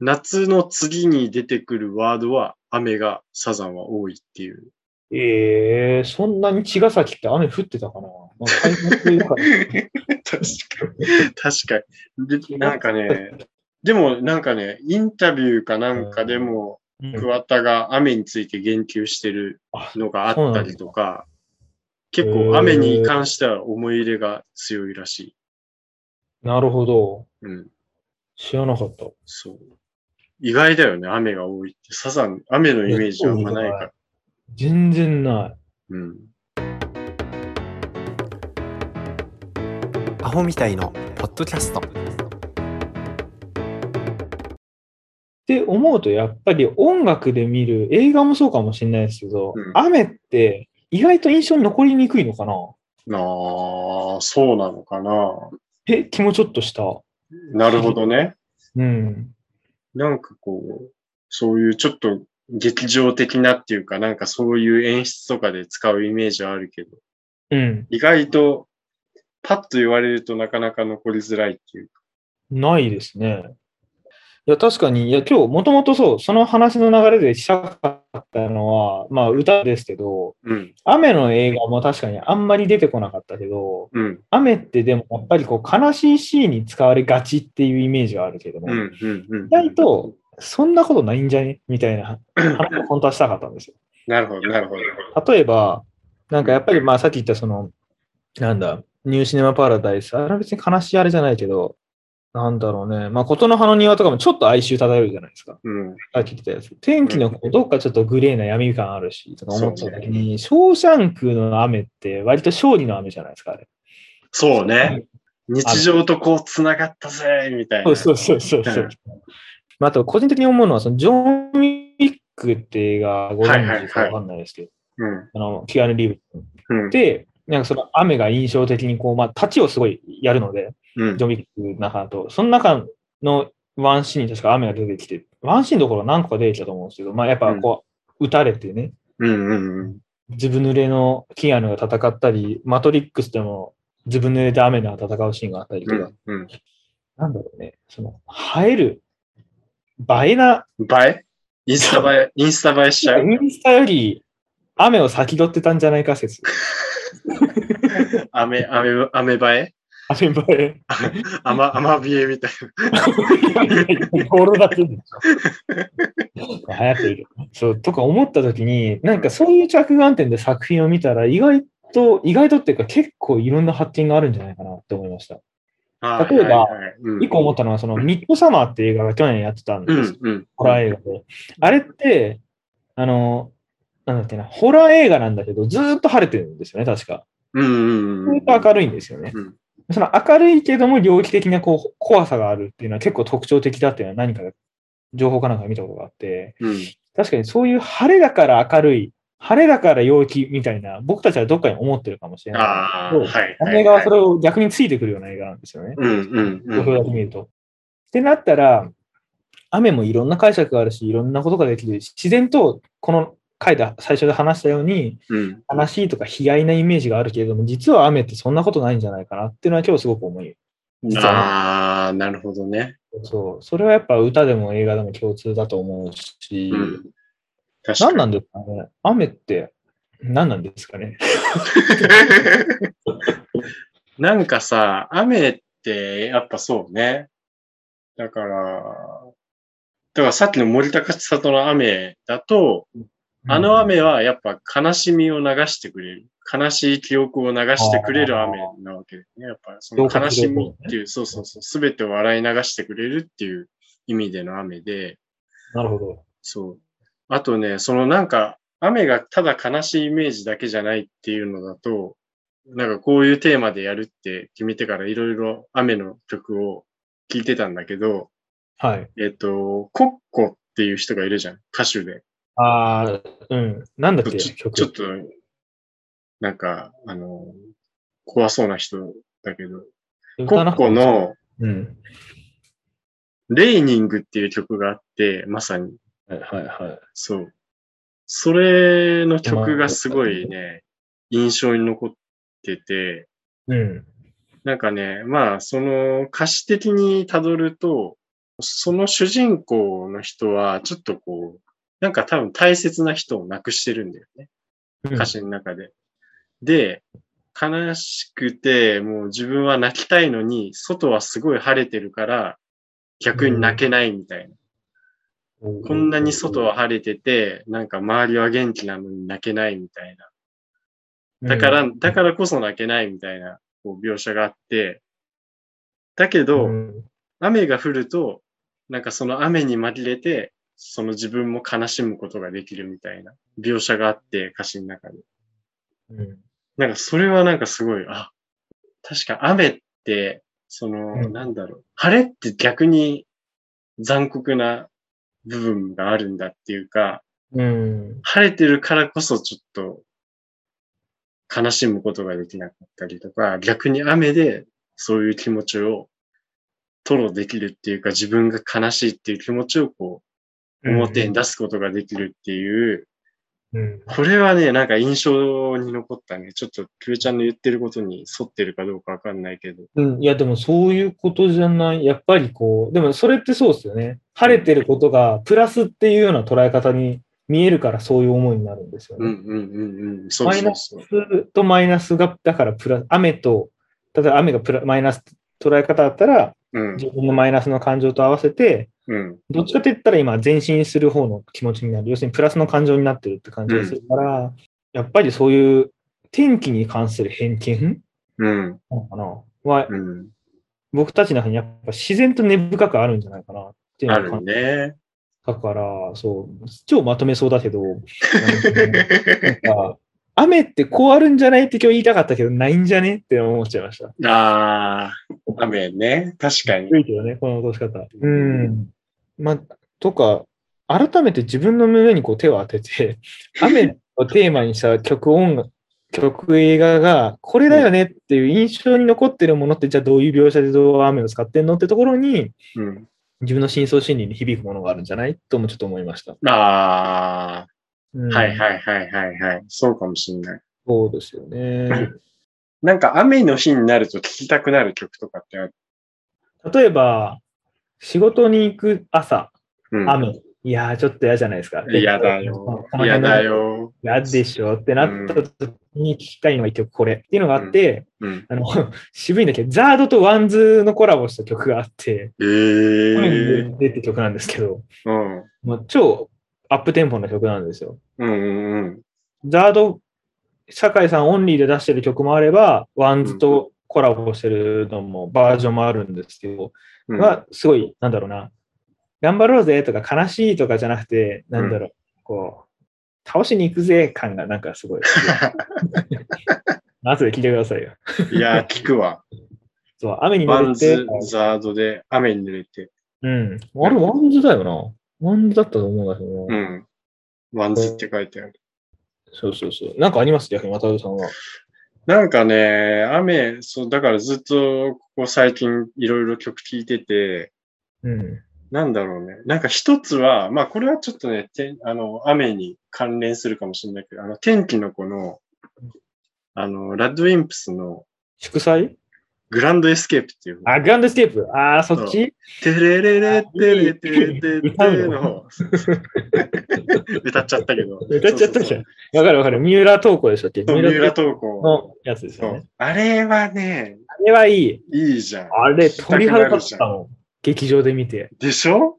Speaker 3: 夏の次に出てくるワードは雨がサザンは多いっていう。
Speaker 1: えー、そんなに茅ヶ崎って雨降ってたかな、まあ、海岸という か
Speaker 3: 確かに。確かに。でなんかね、でもなんかね、インタビューかなんかでも、
Speaker 1: うん
Speaker 3: 桑田が雨について言及してるのがあったりとか、
Speaker 1: そう
Speaker 3: 結
Speaker 1: なんだ
Speaker 3: 構雨に関しては思い入れが強いらしい。
Speaker 1: なるほど。
Speaker 3: うん、
Speaker 1: 知らなかった。
Speaker 3: そう。意外だよね、雨が多いって。サザン、雨のイメージあんまないから。
Speaker 1: 全然ない。
Speaker 3: うん。
Speaker 2: アホみたいのポッドキャスト。
Speaker 1: って思うと、やっぱり音楽で見る映画もそうかもしれないですけど、
Speaker 3: うん
Speaker 1: 雨って意外と印象に残りにくいのかな
Speaker 3: なあ、そうなのかな。
Speaker 1: え、気もちょっとした。
Speaker 3: なるほどね。
Speaker 1: うん。
Speaker 3: なんかこう、そういうちょっと劇場的なっていうか、なんかそういう演出とかで使うイメージはあるけど、
Speaker 1: うん。
Speaker 3: 意外とパッと言われるとなかなか残りづらいっていうか。
Speaker 1: ないですね。いや、確かに、いや、今日、もともとそう、その話の流れでしたかったのは、まあ、歌ですけど、
Speaker 3: うん、
Speaker 1: 雨の映画も確かにあんまり出てこなかったけど、
Speaker 3: うん、
Speaker 1: 雨ってでもやっぱりこう悲しいシーンに使われがちっていうイメージはあるけども、
Speaker 3: うん、うん、うん
Speaker 1: 意。外とそんなことないんじゃねみたいな話を本当はしたかったんですよ。
Speaker 3: なるほど、なるほど。
Speaker 1: 例えば、なんかやっぱりまあさっき言ったその、なんだ、ニューシネマパラダイス、あれは別に悲しいあれじゃないけど、なんだろうね、まあ琴の葉の庭とかもちょっと哀愁漂うじゃないですか。
Speaker 3: うん、
Speaker 1: さっき言ったやつ。天気の子どっかちょっとグレーな闇感あるし、とか思った時に、ショーシャンクの雨って割と勝利の雨じゃないですか、あれ。
Speaker 3: そうね。日常とこう繋がったぜ、みたい
Speaker 1: そ
Speaker 3: な。
Speaker 1: うそうそうそうそう。まあ、あと、個人的に思うのは、そのジョン・ウィックって映画、ご存知ですか
Speaker 3: はいはいはい
Speaker 1: わかんないですけど、
Speaker 3: うん、
Speaker 1: あの、キアヌ・リーブ
Speaker 3: うん、
Speaker 1: で、なんかその雨が印象的に、こう、まあ、立ちをすごいやるので、
Speaker 3: うん
Speaker 1: ジ。ョン・ウィックの中と、その中のワンシーンに確か雨が出てきて、ワンシーンどころ何個か出てきたと思うんですけど、まあ、やっぱこう、撃たれてね、
Speaker 3: うん、うん、
Speaker 1: ずぶ濡れのキアヌが戦ったり、マトリックスでもずぶ濡れで雨が戦うシーンがあったりと
Speaker 3: う
Speaker 1: か、
Speaker 3: ん。うん。
Speaker 1: なんだろうね、その、映える、映えな
Speaker 3: 映えインスタ映え、インスタ映えしちゃう
Speaker 1: インスタより雨を先取ってたんじゃないか説。
Speaker 3: 雨、雨、雨映え
Speaker 1: 雨晴れ。
Speaker 3: 雨、雨冷えみたい
Speaker 1: ゴールだけでしょ。流行ってる。そう、とか思った時に、なんかそういう着眼点で作品を見たら、意外と、意外とっていうか結構いろんな発見があるんじゃないかなって思いました。
Speaker 3: な。
Speaker 1: 例えば
Speaker 3: はいはいはいうん
Speaker 1: 一個思ったのは、そのミッドサマーっていう映画が去年やってたん
Speaker 3: う
Speaker 1: です
Speaker 3: ん、うん。
Speaker 1: ホラー映画で。あれって、あの、なんだっけな、ホラー映画なんだけど、ずーっと晴れてるんですよね、確か。
Speaker 3: うんうんうん。
Speaker 1: ずっと明るいんですよね。
Speaker 3: うん
Speaker 1: その明るいけども領域的なこう怖さがあるっていうのは結構特徴的だっていうのは何かで情報かなんか見たことがあって、
Speaker 3: うん。
Speaker 1: 確かにそういう晴れだから明るい、晴れだから陽気みたいな、僕たちはどっかに思ってるかもしれない。
Speaker 3: ああ、
Speaker 1: そう
Speaker 3: はい。
Speaker 1: ア
Speaker 3: は
Speaker 1: メ
Speaker 3: い
Speaker 1: 画は
Speaker 3: は
Speaker 1: そ
Speaker 3: い。
Speaker 1: れを逆についてくるような映画なんですよね。
Speaker 3: うんうんう
Speaker 1: 土俵
Speaker 3: ん。
Speaker 1: だけ見ると。ってなったら、雨もいろんな解釈があるし、いろんなことができるし、自然とこの回で最初で話したように、
Speaker 3: うん。
Speaker 1: 悲しいとか悲哀なイメージがあるけれども、実は雨ってそんなことないんじゃないかなっていうのは今日すごく思い、実は
Speaker 3: ああ、なるほどね。
Speaker 1: ね、そう。それはやっぱ歌でも映画でも共通だと思うし、
Speaker 3: うん。確
Speaker 1: 何
Speaker 3: かに。
Speaker 1: なんですかね雨って何なんですかね
Speaker 3: なんかさ、雨ってやっぱそうね。だから、だからさっきの森高千里の雨だと、あの雨はやっぱ悲しみを流してくれる。悲しい記憶を流してくれる雨なわけだよね。やっぱその悲しみっていう、そうそうそう、すべてを笑い流してくれるっていう意味での雨で、
Speaker 1: なるほど。
Speaker 3: そう。あとね、そのなんか、雨がただ悲しいイメージだけじゃないっていうのだと、なんかこういうテーマでやるって決めてからいろいろ雨の曲を聴いてたんだけど、
Speaker 1: はい。
Speaker 3: えっと、コッコっていう人がいるじゃん、歌手で。
Speaker 1: ああ、うん。なんだっけ
Speaker 3: ちょ
Speaker 1: 曲。
Speaker 3: ちょっと、なんか、あの、怖そうな人だけど、コ
Speaker 1: 歌な
Speaker 3: ッ
Speaker 1: くても、
Speaker 3: コの
Speaker 1: うん。
Speaker 3: レイニングっていう曲があって、まさに、
Speaker 1: はいはいはい。
Speaker 3: そう。それの曲がすごいね、印象に残ってて、
Speaker 1: うん。
Speaker 3: なんかね、まあ、その歌詞的に辿ると、その主人公の人は、ちょっとこう、なんか多分大切な人を亡くしてるんだよね、歌詞の中で。で、悲しくて、もう自分は泣きたいのに、外はすごい晴れてるから、逆に泣けないみたいな。
Speaker 1: う
Speaker 3: こんなに外は晴れてて、なんか周りは元気なのに泣けないみたいな。だから、だからこそ泣けないみたいなこう描写があって、だけど、
Speaker 1: うん
Speaker 3: 雨が降ると、なんかその雨に紛れて、その自分も悲しむことができるみたいな描写があって、歌詞の中に。
Speaker 1: うん
Speaker 3: なんかそれはなんかすごい、あ、確か雨って、その、
Speaker 1: うん
Speaker 3: なんだろう、晴れって逆に残酷な部分があるんだっていうか、
Speaker 1: うん。
Speaker 3: 晴れてるからこそちょっと悲しむことができなかったりとか、逆に雨でそういう気持ちを吐露できるっていうか、自分が悲しいっていう気持ちをこう、表に出すことができるっていう、
Speaker 1: うん。
Speaker 3: これはね、なんか印象に残ったね。ちょっと、キルちゃんの言ってることに沿ってるかどうかわかんないけど。
Speaker 1: うん。いや、でもそういうことじゃない。やっぱりこう、でもそれってそうですよね。晴れてることがプラスっていうような捉え方に見えるからそういう思いになるんですよ
Speaker 3: うん
Speaker 1: ね。
Speaker 3: うんうんうん。そう
Speaker 1: マイ
Speaker 3: そ
Speaker 1: ナ
Speaker 3: う
Speaker 1: ス
Speaker 3: そう。
Speaker 1: とマイナスが、だからプラ雨と、例えば雨がプラマイナス捉え方だったら、
Speaker 3: うん
Speaker 1: 自分のマイナスの感情と合わせて、
Speaker 3: うん
Speaker 1: どっちかって言ったら今、前進する方の気持ちになる。要するにプラスの感情になってるって感じがするから、やっぱりそういう天気に関する偏見
Speaker 3: うん
Speaker 1: なのかなは、
Speaker 3: うん。
Speaker 1: 僕たちの中にやっぱ自然と根深くあるんじゃないかなっていう
Speaker 3: あ
Speaker 1: のを
Speaker 3: る
Speaker 1: 感じ
Speaker 3: ね。
Speaker 1: たから、そう、超まとめそうだけど、なんか 雨ってこうあるんじゃないって今日言いたかったけど、ないんじゃねって思っちゃいました。
Speaker 3: ああ、雨ね。確かに。
Speaker 1: 古いけどね、この落とし方。うん。まあ、とか、改めて自分の胸にこう手を当てて、 雨をテーマにした曲音楽、曲映画が、これだよねっていう印象に残ってるものって、じゃあどういう描写でどう雨を使ってんのってところに、
Speaker 3: うん。
Speaker 1: 自分の深層心理に響くものがあるんじゃないともちょっと思いました。
Speaker 3: ああ、
Speaker 1: うん
Speaker 3: はいはいはいはいはい。そうかもしんない。
Speaker 1: そうですよね。
Speaker 3: なんか雨の日になると聴きたくなる曲とかってある。
Speaker 1: 例えば、仕事に行く朝、
Speaker 3: うん。
Speaker 1: 雨。いやー、ちょっと嫌じゃないですか。
Speaker 3: 嫌だよ
Speaker 1: こ。の
Speaker 3: 嫌
Speaker 1: 辺の
Speaker 3: だよ。
Speaker 1: やでしょってなった時に聞きたいのが一曲これっていうのがあって、
Speaker 3: うん。
Speaker 1: あの、 渋いんだけど、ザードとワンズのコラボした曲があって、
Speaker 3: ええ
Speaker 1: これ
Speaker 3: ー。
Speaker 1: に出て曲なんですけど、
Speaker 3: うん。
Speaker 1: もう超アップテンポの曲なんですよ。
Speaker 3: うんうんうん。
Speaker 1: ザード、酒井さんオンリーで出してる曲もあれば、ワンズとコラボしてるのも、バージョンもあるんですけど、
Speaker 3: うん、
Speaker 1: は、すごい、なんだろうな、頑張ろうぜとか悲しいとかじゃなくて、なんだろう、 こう、倒しに行くぜ感がなんかすごい。後で聞いてくださいよ。
Speaker 3: いやー、聞くわ。
Speaker 1: そう、雨に
Speaker 3: ワ
Speaker 1: 濡
Speaker 3: ン
Speaker 1: れて
Speaker 3: ズ、、ザードで雨に濡れて。
Speaker 1: うん。あれ、ワンズだよな。ワンズだったと思うんだけど
Speaker 3: う
Speaker 1: な、
Speaker 3: ん。ワンズって書いてある。
Speaker 1: そうそうそう。なんかあります逆に渡るさんは。
Speaker 3: なんかね、雨、そう、だからずっとここ最近いろいろ曲聴いてて、
Speaker 1: うん。
Speaker 3: なんだろうね。なんか一つは、まあこれはちょっとね、てあの、雨に関連するかもしれないけど、あの、天気の子の、あの、ラッドウィンプスの
Speaker 1: 祝祭
Speaker 3: グランドエスケープっていう、
Speaker 1: あ、グランドスケープ。あー、そっち
Speaker 3: テレレレテレテレテレ
Speaker 1: 歌うの
Speaker 3: の方、 歌っちゃったけど。
Speaker 1: 歌っちゃったじゃん
Speaker 3: ん。。
Speaker 1: わかるわかる。三浦透子でしたっけ
Speaker 3: そうそうそう三浦
Speaker 1: 透
Speaker 3: 透
Speaker 1: 子
Speaker 3: 子。
Speaker 1: のやつです
Speaker 3: そ
Speaker 1: よね
Speaker 3: う。。あれはね、
Speaker 1: あれはいい。
Speaker 3: いいじゃん。
Speaker 1: あれ、
Speaker 3: 聞きたくな
Speaker 1: 鳥
Speaker 3: る
Speaker 1: 肌立
Speaker 3: じ
Speaker 1: っ
Speaker 3: ゃん
Speaker 1: たもん。劇場で見て。
Speaker 3: でしょ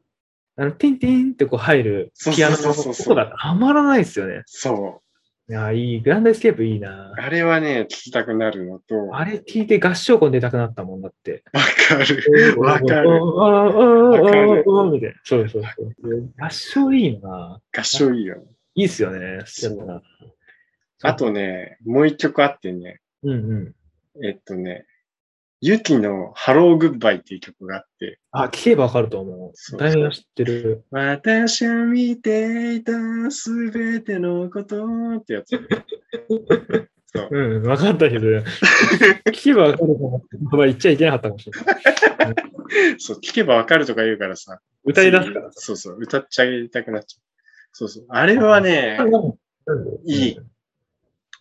Speaker 1: あの、ティンティンってこう入る
Speaker 3: そう
Speaker 1: ピ
Speaker 3: そ
Speaker 1: ア
Speaker 3: う
Speaker 1: ノ
Speaker 3: そ
Speaker 1: の
Speaker 3: うそう
Speaker 1: 音がたまらないですよね。
Speaker 3: そう。
Speaker 1: いや、いい。グランドエスケープいいな。
Speaker 3: あれはね、聞きたくなるのと、わ
Speaker 1: あれ聞いて合唱コン出たくなったもんだって。
Speaker 3: かる。わかる。
Speaker 1: みたいな。そうそうそう。合唱いいな。
Speaker 3: 合唱いいよ。
Speaker 1: いいっすよね。好きだな。
Speaker 3: あとね、もう一曲あってね、
Speaker 1: うんうん。
Speaker 3: えっとね、ユキのハローグッバイっていう曲があって、
Speaker 1: あ、聞けばわかると思う。大名知ってる。
Speaker 3: 私を見ていたすべてのことってやつ。そう。
Speaker 1: うん、わかったけど、聞けばわかると思う。まあ言っちゃいけなかったかもしれない。
Speaker 3: そう、聞けばわかるとか言うからさ。
Speaker 1: 歌い出すから。
Speaker 3: そうそう、歌っちゃいたくなっちゃう。そうそう。あれはね、いい。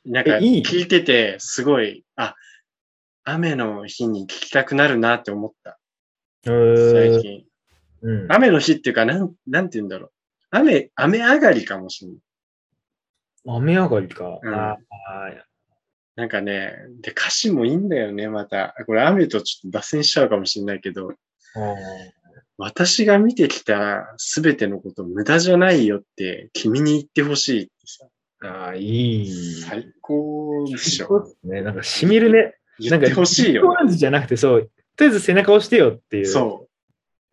Speaker 3: なんか
Speaker 1: えいい
Speaker 3: 聞いてて、すごい、あ、雨の日に聞きたくなるなって思った、最近。
Speaker 1: うん。
Speaker 3: 雨の日っていうか、なん、なんて言うんだろう。雨、雨上がりかもしれない。
Speaker 1: 雨上がりか。
Speaker 3: うん
Speaker 1: あ
Speaker 3: なんかね、で、歌詞もいいんだよね、また。これ雨とちょっと脱線しちゃうかもしれないけど、
Speaker 1: あ。あ
Speaker 3: 私が見てきたすべてのこと無駄じゃないよって君に言ってほしいってさ、
Speaker 1: あ、いい。
Speaker 3: 最高でし
Speaker 1: そ
Speaker 3: ょ。
Speaker 1: うですね。なんか染みるね。
Speaker 3: 言ってほしい
Speaker 1: 一個
Speaker 3: よ。
Speaker 1: 感じじゃなくて、そう、とりあえず背中押してよっていう。
Speaker 3: そ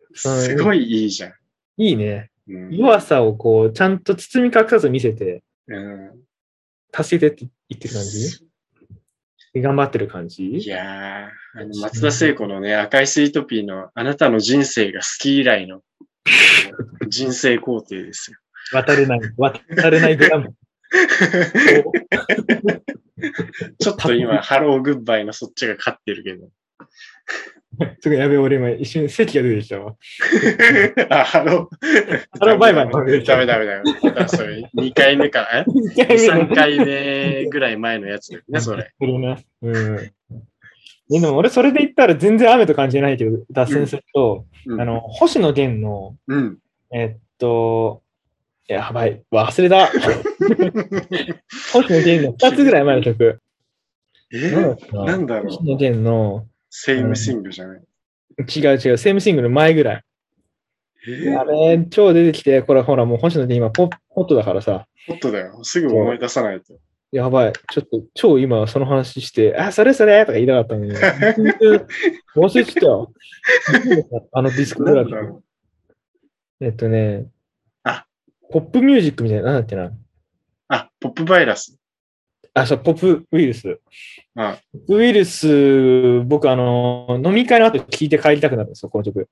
Speaker 3: う。
Speaker 1: うん
Speaker 3: すごいいいじゃん。
Speaker 1: いいね。
Speaker 3: うん
Speaker 1: 弱さをこう、ちゃんと包み隠さず見せて、
Speaker 3: うん
Speaker 1: 助けてって言ってる感じで頑張ってる感じ
Speaker 3: いやー、あの松田聖子のね、赤いスイートピーのあなたの人生が好き以 来の人生工程ですよ。
Speaker 1: 渡れない、渡れないグラ ム。こう
Speaker 3: ちょっと今、ハローグッバイのそっちが勝ってる けど。
Speaker 1: すごいやべえ、俺今一瞬席が出てきたわ。
Speaker 3: あ、ハロー。
Speaker 1: ハローバイバイの
Speaker 3: ダ
Speaker 1: 方
Speaker 3: メ
Speaker 1: で
Speaker 3: ダメダメダメ。あ それ2回目か、え
Speaker 1: 2
Speaker 3: ?3 回目ぐらい前のやつだよね、それ。
Speaker 1: それね。うん。でも俺それで言ったら全然雨と感じないけど、脱線すると、
Speaker 3: うん
Speaker 1: あ、の、星野源の、
Speaker 3: うん。
Speaker 1: えっと、やばい、忘れ た。星野源の2つぐらい前の曲。
Speaker 3: え
Speaker 1: なんだっけな
Speaker 3: なんだろ
Speaker 1: 星
Speaker 3: う。
Speaker 1: 野源の、
Speaker 3: セイムシングじゃない。
Speaker 1: 違う違う、セームシングルの前ぐらい。
Speaker 3: え
Speaker 1: あれ、超出てきて、これほら、もう星野源今ポ、ホットだからさ。
Speaker 3: ホットだよ。すぐ思い出さないと。
Speaker 1: やばい、ちょっと超今その話して、あ、それそれとか言いたかったのに、 忘れてたよ。 あのディスク
Speaker 3: な
Speaker 1: グラ
Speaker 3: ん
Speaker 1: フ
Speaker 3: だ。ろ
Speaker 1: えっとね、
Speaker 3: あ
Speaker 1: ポップミュージックみたいな、なんだっけな。
Speaker 3: う。あ、ポップバイラス。
Speaker 1: あ、そう、ポップウイルス。
Speaker 3: あ
Speaker 1: ポップウイルス、僕、あの、飲み会の後聞いて帰りたくなるんですよ、この曲。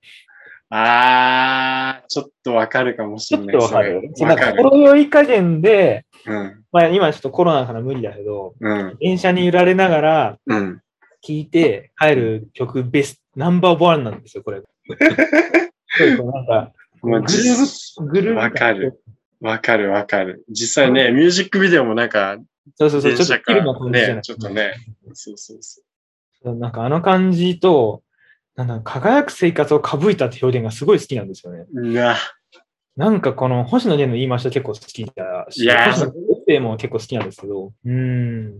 Speaker 3: あー、ちょっとわかるかもし
Speaker 1: ち
Speaker 3: れ
Speaker 1: ょっ
Speaker 3: な
Speaker 1: と
Speaker 3: い。
Speaker 1: わかる。
Speaker 3: そ
Speaker 1: そう
Speaker 3: れ
Speaker 1: な
Speaker 3: わ
Speaker 1: んか
Speaker 3: か
Speaker 1: ほ
Speaker 3: る。
Speaker 1: ろ酔い加減で、
Speaker 3: うん、
Speaker 1: まあ今ちょっとコロナだから無理だけど、
Speaker 3: うん、
Speaker 1: 電車に揺られながら
Speaker 3: うん。
Speaker 1: 聞いて帰る曲ベスト、ナンバーワンなんですよ、こ れ。そうそう、なんか、
Speaker 3: ま
Speaker 1: グル
Speaker 3: あ、
Speaker 1: ー
Speaker 3: 実
Speaker 1: グループ
Speaker 3: わかる。わかるわかる。実際ね、ミュージックビデオもなんか、
Speaker 1: そうそうそう、
Speaker 3: 電
Speaker 1: ちょっ
Speaker 3: 車
Speaker 1: と
Speaker 3: か
Speaker 1: キルな
Speaker 3: ら
Speaker 1: 感じじゃな
Speaker 3: ね
Speaker 1: い、
Speaker 3: ちょっとね、そうそうそ
Speaker 1: なんかあの感じと、なんだ輝く生活をかぶいたって表現がすごい好きなんですよね。
Speaker 3: う。うわ、
Speaker 1: なんかこの星野源の言い回しは結構好きだし、
Speaker 3: いやー
Speaker 1: 星野源のエッセイも結構好きなんですけど、うーん、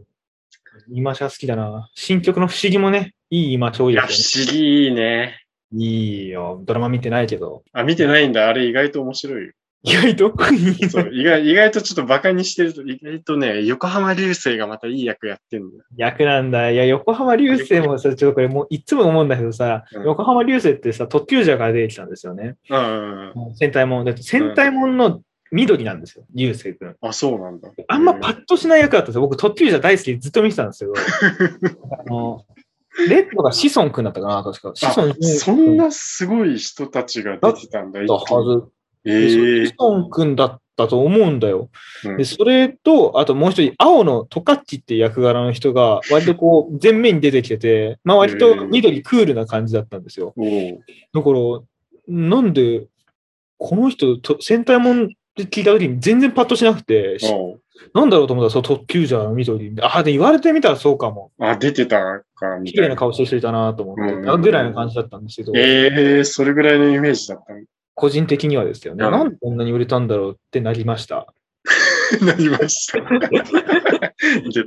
Speaker 1: 言い回しが好きだな。新曲の不思議もね、いい言い回し多
Speaker 3: い
Speaker 1: いで
Speaker 3: や、不
Speaker 1: す
Speaker 3: 思議いいね。
Speaker 1: よね。いいよ、ドラマ見てないけど。
Speaker 3: あ、見てないんだ。あれ意外と面白いよ。
Speaker 1: 意外といい
Speaker 3: そ
Speaker 1: な
Speaker 3: う、意外、意 外とちょっとバカにしてると、意外とね、横浜流星がまたいい役やってんだよ。
Speaker 1: 役なんだ。いや、横浜流星もさ、ちょっとこれもういつも思うんだけどさ、
Speaker 3: うん
Speaker 1: 横浜流星ってさ、特急ジャーから出てきたんですよね。
Speaker 3: うんうんうん。
Speaker 1: 戦隊もん。だって戦隊もんの緑なんですよ、流星君。
Speaker 3: あ、そうなんだ。
Speaker 1: あんまパッとしない役だったんですよ。僕、トッキリじゃ大好きでずっと見てたんですけど、あの、レッドがシソン君だったかな、確か。シ
Speaker 3: あ
Speaker 1: ソン君
Speaker 3: そんなすごい人たちが出てたんだ、
Speaker 1: だったはず。
Speaker 3: え
Speaker 1: で
Speaker 3: え
Speaker 1: シソン君だったと思うんだよ。
Speaker 3: うん
Speaker 1: でそれと、あともう一人、青のトカッチっていう役柄の人が、割とこ う、前面に出てきてて、まあ割と緑クールな感じだったんですよ。
Speaker 3: おう
Speaker 1: だから、なんで、この人と、戦隊もんって聞いた時に全然パッとしなくて、し
Speaker 3: おう
Speaker 1: なんだろうと思ったら、そう、特急じゃん、緑。ああ、で、言われてみたらそうかも。
Speaker 3: あ、出てたか、み
Speaker 1: 綺
Speaker 3: た
Speaker 1: 麗
Speaker 3: い
Speaker 1: な
Speaker 3: な。
Speaker 1: 顔してる人いたなと思って、
Speaker 3: うん
Speaker 1: ぐらいの感じだったんですけど、
Speaker 3: ええそれぐらいのイメージだったの。
Speaker 1: 個人的にはですよね、
Speaker 3: うん
Speaker 1: なんでこんなに売れたんだろうってなりました。
Speaker 3: なりま した。で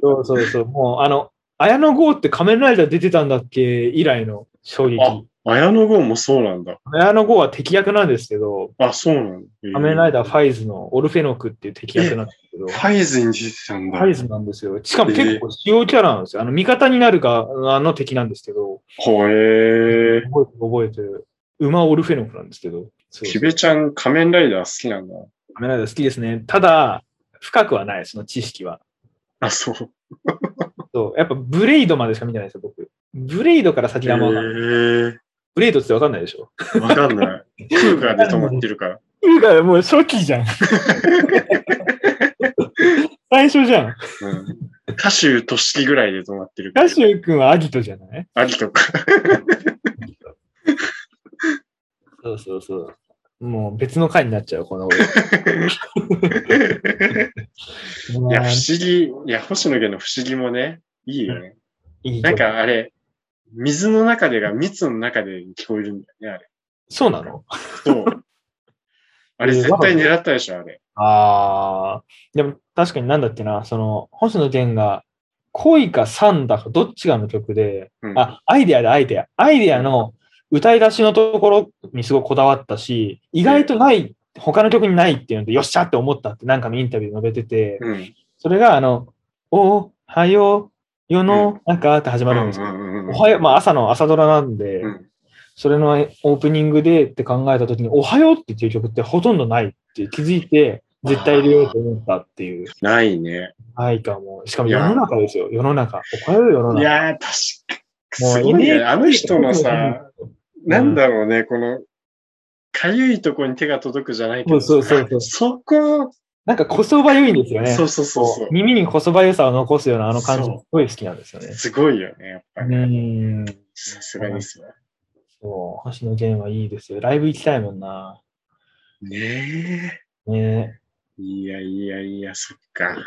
Speaker 1: そうそうそう、もう、あの、綾野剛って仮面ライダー出てたんだっけ以来の衝撃。
Speaker 3: あ、綾野剛もそうなんだ。
Speaker 1: 綾野剛は敵役なんですけど、
Speaker 3: あ、そうなんだ。ええ
Speaker 1: 仮面ライダーファイズのオルフェノクっていう敵役なんですけど、
Speaker 3: ファイズに出てたんだ。
Speaker 1: ファイズなんですよ。しかも結構主要キャラなんですよ。あの、味方になるか、あの敵なんですけど、
Speaker 3: ほえー。
Speaker 1: 覚えてる覚えてる。馬オルフェノクなんですけど。そう
Speaker 3: キベちゃん、仮面ライダー好きなんだ。
Speaker 1: 仮面ライダー好きですね。ただ、深くはない、その知識は。
Speaker 3: あ、そう。
Speaker 1: そう。やっぱブレイドまでしか見てないですよ、僕。ブレイドから先
Speaker 3: ええ
Speaker 1: があんまわかんない。ブレイドってわかんないでしょ。
Speaker 3: わかんない。 クーガーで止まってるから。
Speaker 1: うがもう初期 じゃん。最初じゃん。
Speaker 3: うん。歌手としきぐらいで止まってる。
Speaker 1: ガシュウ君はアギトじゃない
Speaker 3: ありとか。
Speaker 1: そうそうそう。もう別の回になっちゃう、この 俺。
Speaker 3: いや、
Speaker 1: まあ
Speaker 3: 不思議。いや、星野家の不思議もね、いいよね。
Speaker 1: いい
Speaker 3: なんかあれ、水の中でが蜜の中で聞こえるんだよね、あれ。
Speaker 1: そうなの
Speaker 3: そう。あれ絶対狙ったでしょ、あれ。
Speaker 1: ああ。でも確かになんだっけな、その、星野源が、恋か酸だかどっちかの曲で、
Speaker 3: うん、
Speaker 1: あ、アイデアだ、アイデア。アイデアの歌い出しのところにすごいこだわったし、意外とない、他の曲にないっていうので、よっしゃって思ったってなんかのインタビューで述べてて、
Speaker 3: うん。
Speaker 1: それが、あの、おはよう、世の中って始ま
Speaker 3: う
Speaker 1: るん
Speaker 3: ん
Speaker 1: です
Speaker 3: う
Speaker 1: よ。
Speaker 3: んうん
Speaker 1: おはよう、まあ朝の朝ドラなんで、
Speaker 3: うん
Speaker 1: それのオープニングでって考えたときに、おはようっていう曲ってほとんどないって気づいて、絶対入れようと思ったっていう。
Speaker 3: ないね。
Speaker 1: はいかも。しかも世の中ですよ、世の中。おはよう世の中。
Speaker 3: いやー、確かすごいね。あの人のさ、、なんだろうね、この、かゆいとこに手が届くじゃないけど、
Speaker 1: そうそうそうそう
Speaker 3: そこ、
Speaker 1: なんかこそばゆいんですよね。
Speaker 3: そうそうそうそう
Speaker 1: こう耳にこそばゆさを残すようなあの感じ、
Speaker 3: そう
Speaker 1: すごい好きなんですよね。
Speaker 3: すごいよね、やっぱ
Speaker 1: う
Speaker 3: り。
Speaker 1: ーん。
Speaker 3: さすがですよ。
Speaker 1: そう、星野源はいいですよ。ライブ行きたいもんな。
Speaker 3: ね
Speaker 1: ね
Speaker 3: え。いやいやいや、そっか。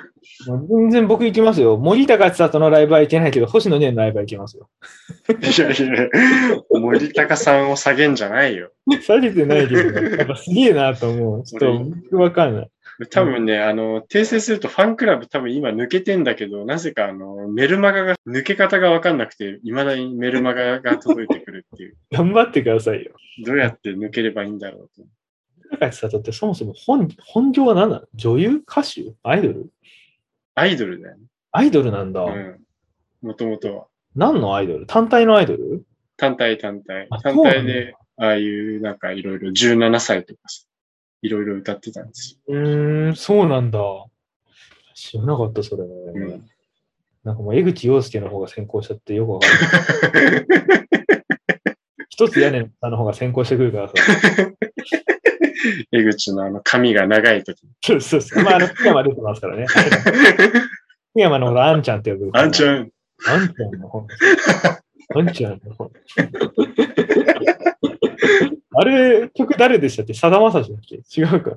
Speaker 1: えもう全然僕行きますよ。森高千里のライブは行けないけど、星野源のライブは行けますよ。
Speaker 3: いやいや、森高さんを下げんじゃないよ。
Speaker 1: 下げてないけど ね、やっぱすげえなと思う。ちょっと僕わかんない。
Speaker 3: 多分ね、あの、訂正するとファンクラブ多分今抜けてんだけど、なぜかあの、メルマガが、抜け方がわかんなくて、未だにメルマガが届いてくるっていう。
Speaker 1: 頑張ってくださいよ。
Speaker 3: どうやって抜ければいいんだろうと。
Speaker 1: 森高千里ってそもそも本本業は何なの女優歌手アイドル
Speaker 3: アイドルだよね。
Speaker 1: アイドルなんだ。
Speaker 3: うん。もともとは。
Speaker 1: 何のアイドル単体のアイドル
Speaker 3: 単体単体
Speaker 1: あ。
Speaker 3: 単
Speaker 1: そうなんだ
Speaker 3: 体で、ああいうなんかいろいろ17歳とかさ、いろいろ歌ってたんです
Speaker 1: うーん、そうなんだ。知らなかった、それ。
Speaker 3: よ。うん、
Speaker 1: なんかもう江口洋介の方が先行しちゃってよくわかんない。 一つ屋根の下の方が先行してくるからさ。
Speaker 3: 江口のあの髪が長い 時。
Speaker 1: そうそうそう。まあ、あの、福山出てます からね。福山のほら、あんちゃんって呼ぶ。
Speaker 3: あんち
Speaker 1: ん。
Speaker 3: ゃん、
Speaker 1: あんちゃんの方。あんちゃんの方。あれ、曲誰でしたっけさだまさしだっけ違うか。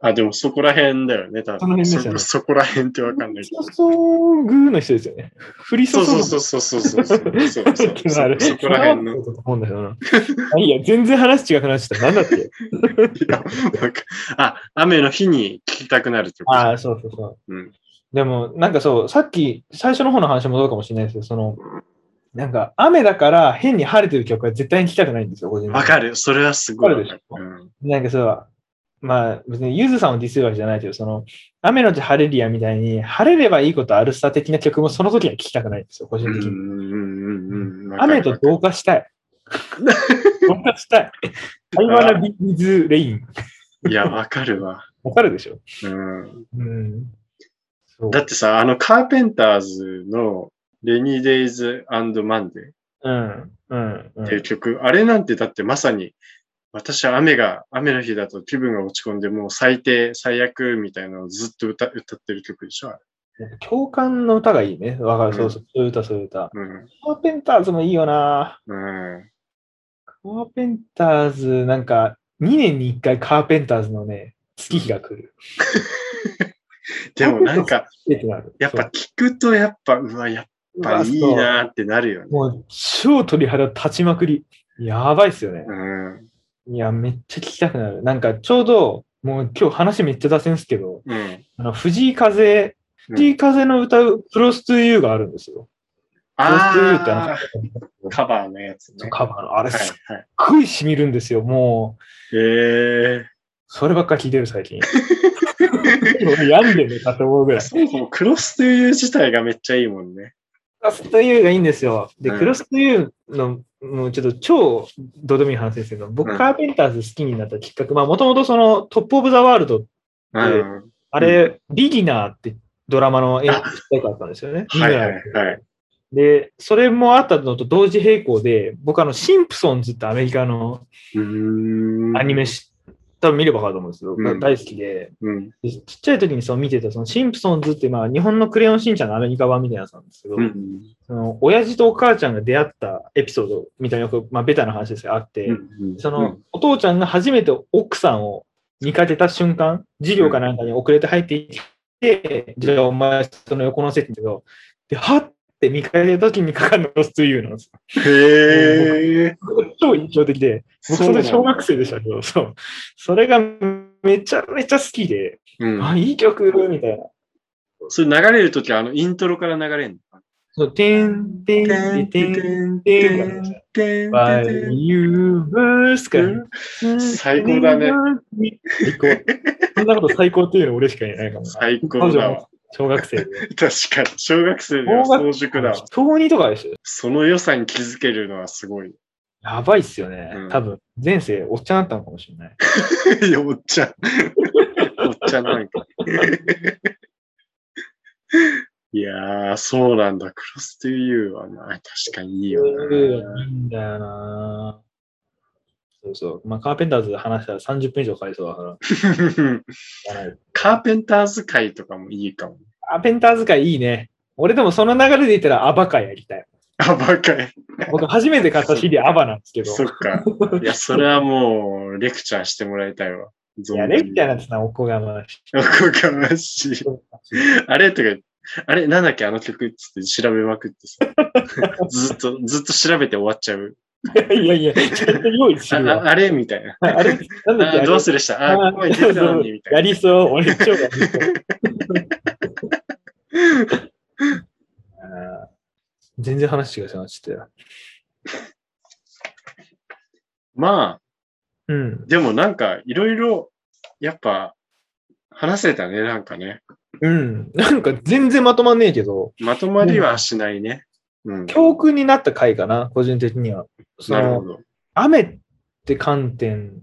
Speaker 3: あ、でもそこら辺だよね、多
Speaker 1: その辺で
Speaker 3: 分。そ
Speaker 1: すよね
Speaker 3: こそこら辺ってわかんないけど。
Speaker 1: ソングの人ですよね。フリ
Speaker 3: そ
Speaker 1: ソ
Speaker 3: う
Speaker 1: ソ
Speaker 3: そ
Speaker 1: ン
Speaker 3: う
Speaker 1: グ
Speaker 3: そうそうそうそうそうそう
Speaker 1: ちょっとあれ
Speaker 3: そそこら辺の。い
Speaker 1: そうだと思うんだよな。あいいや、全然話違くなっちゃった。なんだっけ
Speaker 3: やなんかあ、雨の日に聴きたくなるってこと。
Speaker 1: ああ、そうそうそう。
Speaker 3: うん
Speaker 1: でも、なんかそう、さっき、最初の方の話もどうかもしれないですけど、その、なんか、雨だから変に晴れてる曲は絶対に聴きたくないんですよ、個人的に
Speaker 3: わかる。それはすごいわかる。
Speaker 1: わか
Speaker 3: うん
Speaker 1: なんかそう、まあ、別にゆずさんをディスるわけじゃないけど、その、雨のち晴れるやみたいに、晴れればいいことあるさ的な曲もその時は聴きたくないんですよ、個人
Speaker 3: うん
Speaker 1: 的
Speaker 3: う
Speaker 1: に。
Speaker 3: んうんうんわかる
Speaker 1: 雨と同化 したい。同化したい。会話のビーズレイン。
Speaker 3: いや、わかるわ。
Speaker 1: わかるでしょ。
Speaker 3: うん。
Speaker 1: うん。そう。
Speaker 3: だってさ、あの、カーペンターズのレニーデイズマンデー
Speaker 1: うん。うん。うん
Speaker 3: っていう曲、あれなんてだってまさに、私は雨が、雨の日だと気分が落ち込んで、もう最低、最悪みたいなのをずっと歌歌ってる曲でしょ、あれ
Speaker 1: 共感の歌がいいね。わかる。
Speaker 3: うん
Speaker 1: そうそう。そういう歌、そういう歌。
Speaker 3: うん。
Speaker 1: カーペンターズもいいよな。
Speaker 3: うん。
Speaker 1: カーペンターズ、なんか、2年に1回カーペンターズのね、月日が来る。
Speaker 3: でもなんか、
Speaker 1: えってなる
Speaker 3: やっぱ
Speaker 1: そう
Speaker 3: 聞くとやっぱ、うわ、やっぱいいなーってなるよね。
Speaker 1: もう、超鳥肌立ちまくり。やばいっすよね
Speaker 3: う。ん。
Speaker 1: いや、めっちゃ聞きたくなる。なんか、ちょうど、もう今日話めっちゃ出せんすけど、
Speaker 3: うん。
Speaker 1: あの藤井風、
Speaker 3: うん
Speaker 1: 藤井風の歌う、クロストゥーユーがあるんですよ。クロストゥーユーってあの
Speaker 3: あー、カバーのやつね。
Speaker 1: カバーの、あれ
Speaker 3: はい
Speaker 1: すっごい染みるんですよ。もう、
Speaker 3: はい。え
Speaker 1: そればっか聞いてる最近。もう病んでるかと思うぐらい。
Speaker 3: ー、そうクロスという自体がめっちゃいいもんね。
Speaker 1: クロスとユーがいいんですよ。で、
Speaker 3: うん
Speaker 1: クロスとユーの、もうちょっと超どうでもいい話ですけど、僕、
Speaker 3: うん
Speaker 1: カーペンターズ好きになったきっかけ、まあ、もともとそのトップ・オブ・ザ・ワールド、
Speaker 3: うん。
Speaker 1: えあれ、ビギナーってドラマの演出だったんですよね。
Speaker 3: はいはいはい。
Speaker 1: で、それもあったのと同時並行で、僕、あの、シンプソンズってアメリカの
Speaker 3: うーん
Speaker 1: アニメし、多分見ればわかると思うんですよ。
Speaker 3: うん
Speaker 1: 大好きで、
Speaker 3: うん。
Speaker 1: でちっちゃい時にその見てた、そのシンプソンズって、まあ、日本のクレヨンしんちゃんのアメリカ版みたいなやつなんですけど、
Speaker 3: うん。
Speaker 1: その親父とお母ちゃんが出会ったエピソードみたいなよく、まあ、ベタな話ですがあって、
Speaker 3: うん
Speaker 1: その、お父ちゃんが初めて奥さんを見かけた瞬間、授業かなんかに遅れて入ってきて、じゃあお前その横の席にけど、で、はって見かけた時にかかるのがストゥーユーなんですよ。
Speaker 3: へえ。
Speaker 1: 超印象的で、僕それ小学生でしたけど、そう。それがめちゃめちゃ好きで、
Speaker 3: うん。
Speaker 1: あ、いい曲みたいな。
Speaker 3: それ流れるとき、あの、イントロから流れる
Speaker 1: そう、てんてんてんてん。
Speaker 3: の
Speaker 1: てん
Speaker 3: てん
Speaker 1: by universe からね
Speaker 3: 最高だね。
Speaker 1: 最 高。そんなこと最高っていうの俺しかいないかもな。
Speaker 3: 最高だわ。
Speaker 1: 小学生で。
Speaker 3: 確かに。小学生では早熟だわ。
Speaker 1: 小2とかでしょ。
Speaker 3: その良さに気づけるのはすごい。
Speaker 1: やばいっすよね。
Speaker 3: うん
Speaker 1: 多分、前世おっちゃんだったのかもしれない。
Speaker 3: いやおっちゃん。おっちゃんなんか。いやー、そうなんだ。クロストゥーユーはな、確かにいいよな。
Speaker 1: いいんだよなそうそう。まあ、カーペンターズで話したら30分以上かかりそうだからやらない。
Speaker 3: カーペンターズ会とかもいいかも。
Speaker 1: カーペンターズ会いいね。俺でもその流れで言ったらアバ会やりたい。
Speaker 3: あ、バカい。
Speaker 1: 僕初めて買った CD アバなんですけど。
Speaker 3: そっか。いや、それはもう、レクチャーしてもらいたいわ。
Speaker 1: い
Speaker 3: い
Speaker 1: や、レみたいなやつな、おこがましい。
Speaker 3: おこがましい。あれとか、あれなんだっけあの曲っつって調べまくってさ。 ずっと、ずっと調べて終わっちゃう。
Speaker 1: いやいや、ちゃんと用意す
Speaker 3: あ
Speaker 1: る
Speaker 3: あ
Speaker 1: わ。
Speaker 3: あれみたいな。
Speaker 1: あれなんだっけ
Speaker 3: あどうするしたあ、ここに出てたのにみた
Speaker 1: や
Speaker 3: い
Speaker 1: りそう、俺 超やりそう。あー全然話違うしな、ちょっとよ。
Speaker 3: な。まあ、
Speaker 1: うん。
Speaker 3: でもなんか、いろいろ、やっぱ、話せたね、なんかね。
Speaker 1: うん。なんか全然まとまんねえけど、
Speaker 3: まとまりはしないね。うん。
Speaker 1: 教訓になった回かな、個人的には。そ
Speaker 3: なるほ
Speaker 1: の、
Speaker 3: ど。
Speaker 1: 雨って観点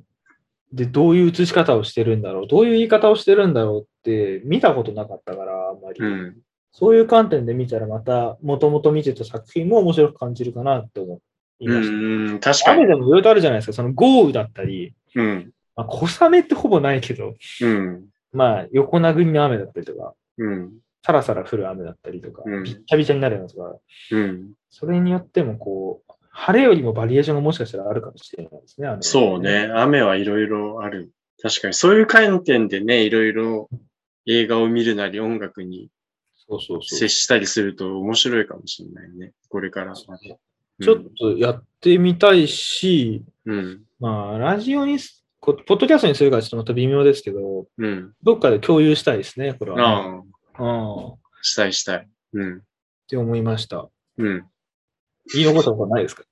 Speaker 1: でどういう映し方をしてるんだろう、どういう言い方をしてるんだろうって見たことなかったから、あんまり。
Speaker 3: うん。
Speaker 1: そういう観点で見たらまた、もともと見てた作品も面白く感じるかなって思いま
Speaker 3: う
Speaker 1: し
Speaker 3: ん、確
Speaker 1: た。
Speaker 3: かに
Speaker 1: 雨。でもいろいろとあるじゃないですか。その豪雨だったり、
Speaker 3: うん。
Speaker 1: まあ、小雨ってほぼないけど、
Speaker 3: うん。
Speaker 1: まあ、横殴りの雨だったりとか、
Speaker 3: うん。
Speaker 1: さらさら降る雨だったりとか、
Speaker 3: うん
Speaker 1: びっちゃびちゃになるやつとか、
Speaker 3: うん。
Speaker 1: それによってもこう、晴れよりもバリエーションがもしかしたらあるかもしれないですね。雨は
Speaker 3: そう。ね。雨はいろいろある。確かに。そういう観点でね、いろいろ映画を見るなり音楽に
Speaker 1: そうそうそう
Speaker 3: 接。したりすると面白いかもしれないね。これから。
Speaker 1: そうね
Speaker 3: うん
Speaker 1: ちょっとやってみたいし、
Speaker 3: うん。
Speaker 1: まあ、ラジオにす、こポッドキャストにするかはちょっとまた微妙ですけど、
Speaker 3: うん。
Speaker 1: どっかで共有したいですね、これはね、
Speaker 3: ああ、
Speaker 1: うん。っ
Speaker 3: したいしたい。うん。
Speaker 1: て思いました。
Speaker 3: うん。
Speaker 1: 言い残したことないですか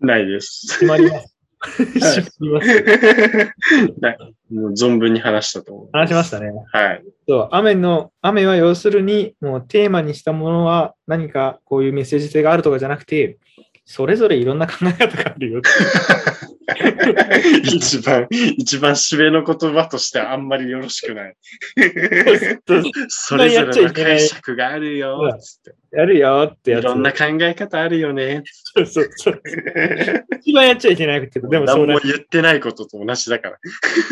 Speaker 3: ないです
Speaker 1: 決。まります。
Speaker 3: はい
Speaker 1: 決まります。
Speaker 3: ないもう存分に話したと思う。
Speaker 1: 話しましたね。
Speaker 3: はい。
Speaker 1: そう雨の、雨は要するに、もうテーマにしたものは何かこういうメッセージ性があるとかじゃなくて、それぞれいろんな考え方があるよって
Speaker 3: 一番、一番締めの言葉としてあんまりよろしくない。それぞれの解釈があるよ、つって。
Speaker 1: やるよってや
Speaker 3: い
Speaker 1: つ。
Speaker 3: ろんな考え方あるよね。
Speaker 1: そうそうそう一番やっちゃいけないけど、でもそ
Speaker 3: 何
Speaker 1: うな
Speaker 3: も
Speaker 1: る
Speaker 3: 言ってないことと同じだから。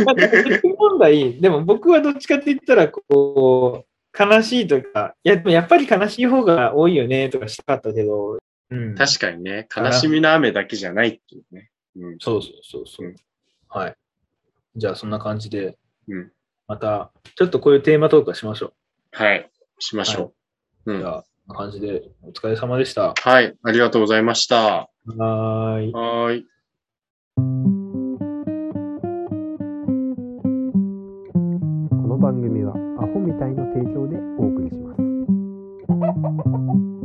Speaker 1: まあでも結婚問題、でも僕はどっちかって言ったら、こう、悲しいとか、いや、でもやっぱり悲しい方が多いよね、とかしたかったけど、うん、
Speaker 3: 確かにね、悲しみの雨だけじゃないっていうね。うん。
Speaker 1: そうそうそうそう、はい。じゃあ、そんな感じで、
Speaker 3: うん
Speaker 1: また、ちょっとこういうテーマトークはしましょう。
Speaker 3: はい。しましょう。う
Speaker 1: じ
Speaker 3: ん。
Speaker 1: ゃあ、こんな感じで、お疲れ様でした。
Speaker 3: はい。ありがとうございまし
Speaker 1: は
Speaker 3: た。
Speaker 1: ーい。
Speaker 3: はーい。
Speaker 4: この番組はアホみたいの提供でお送りします。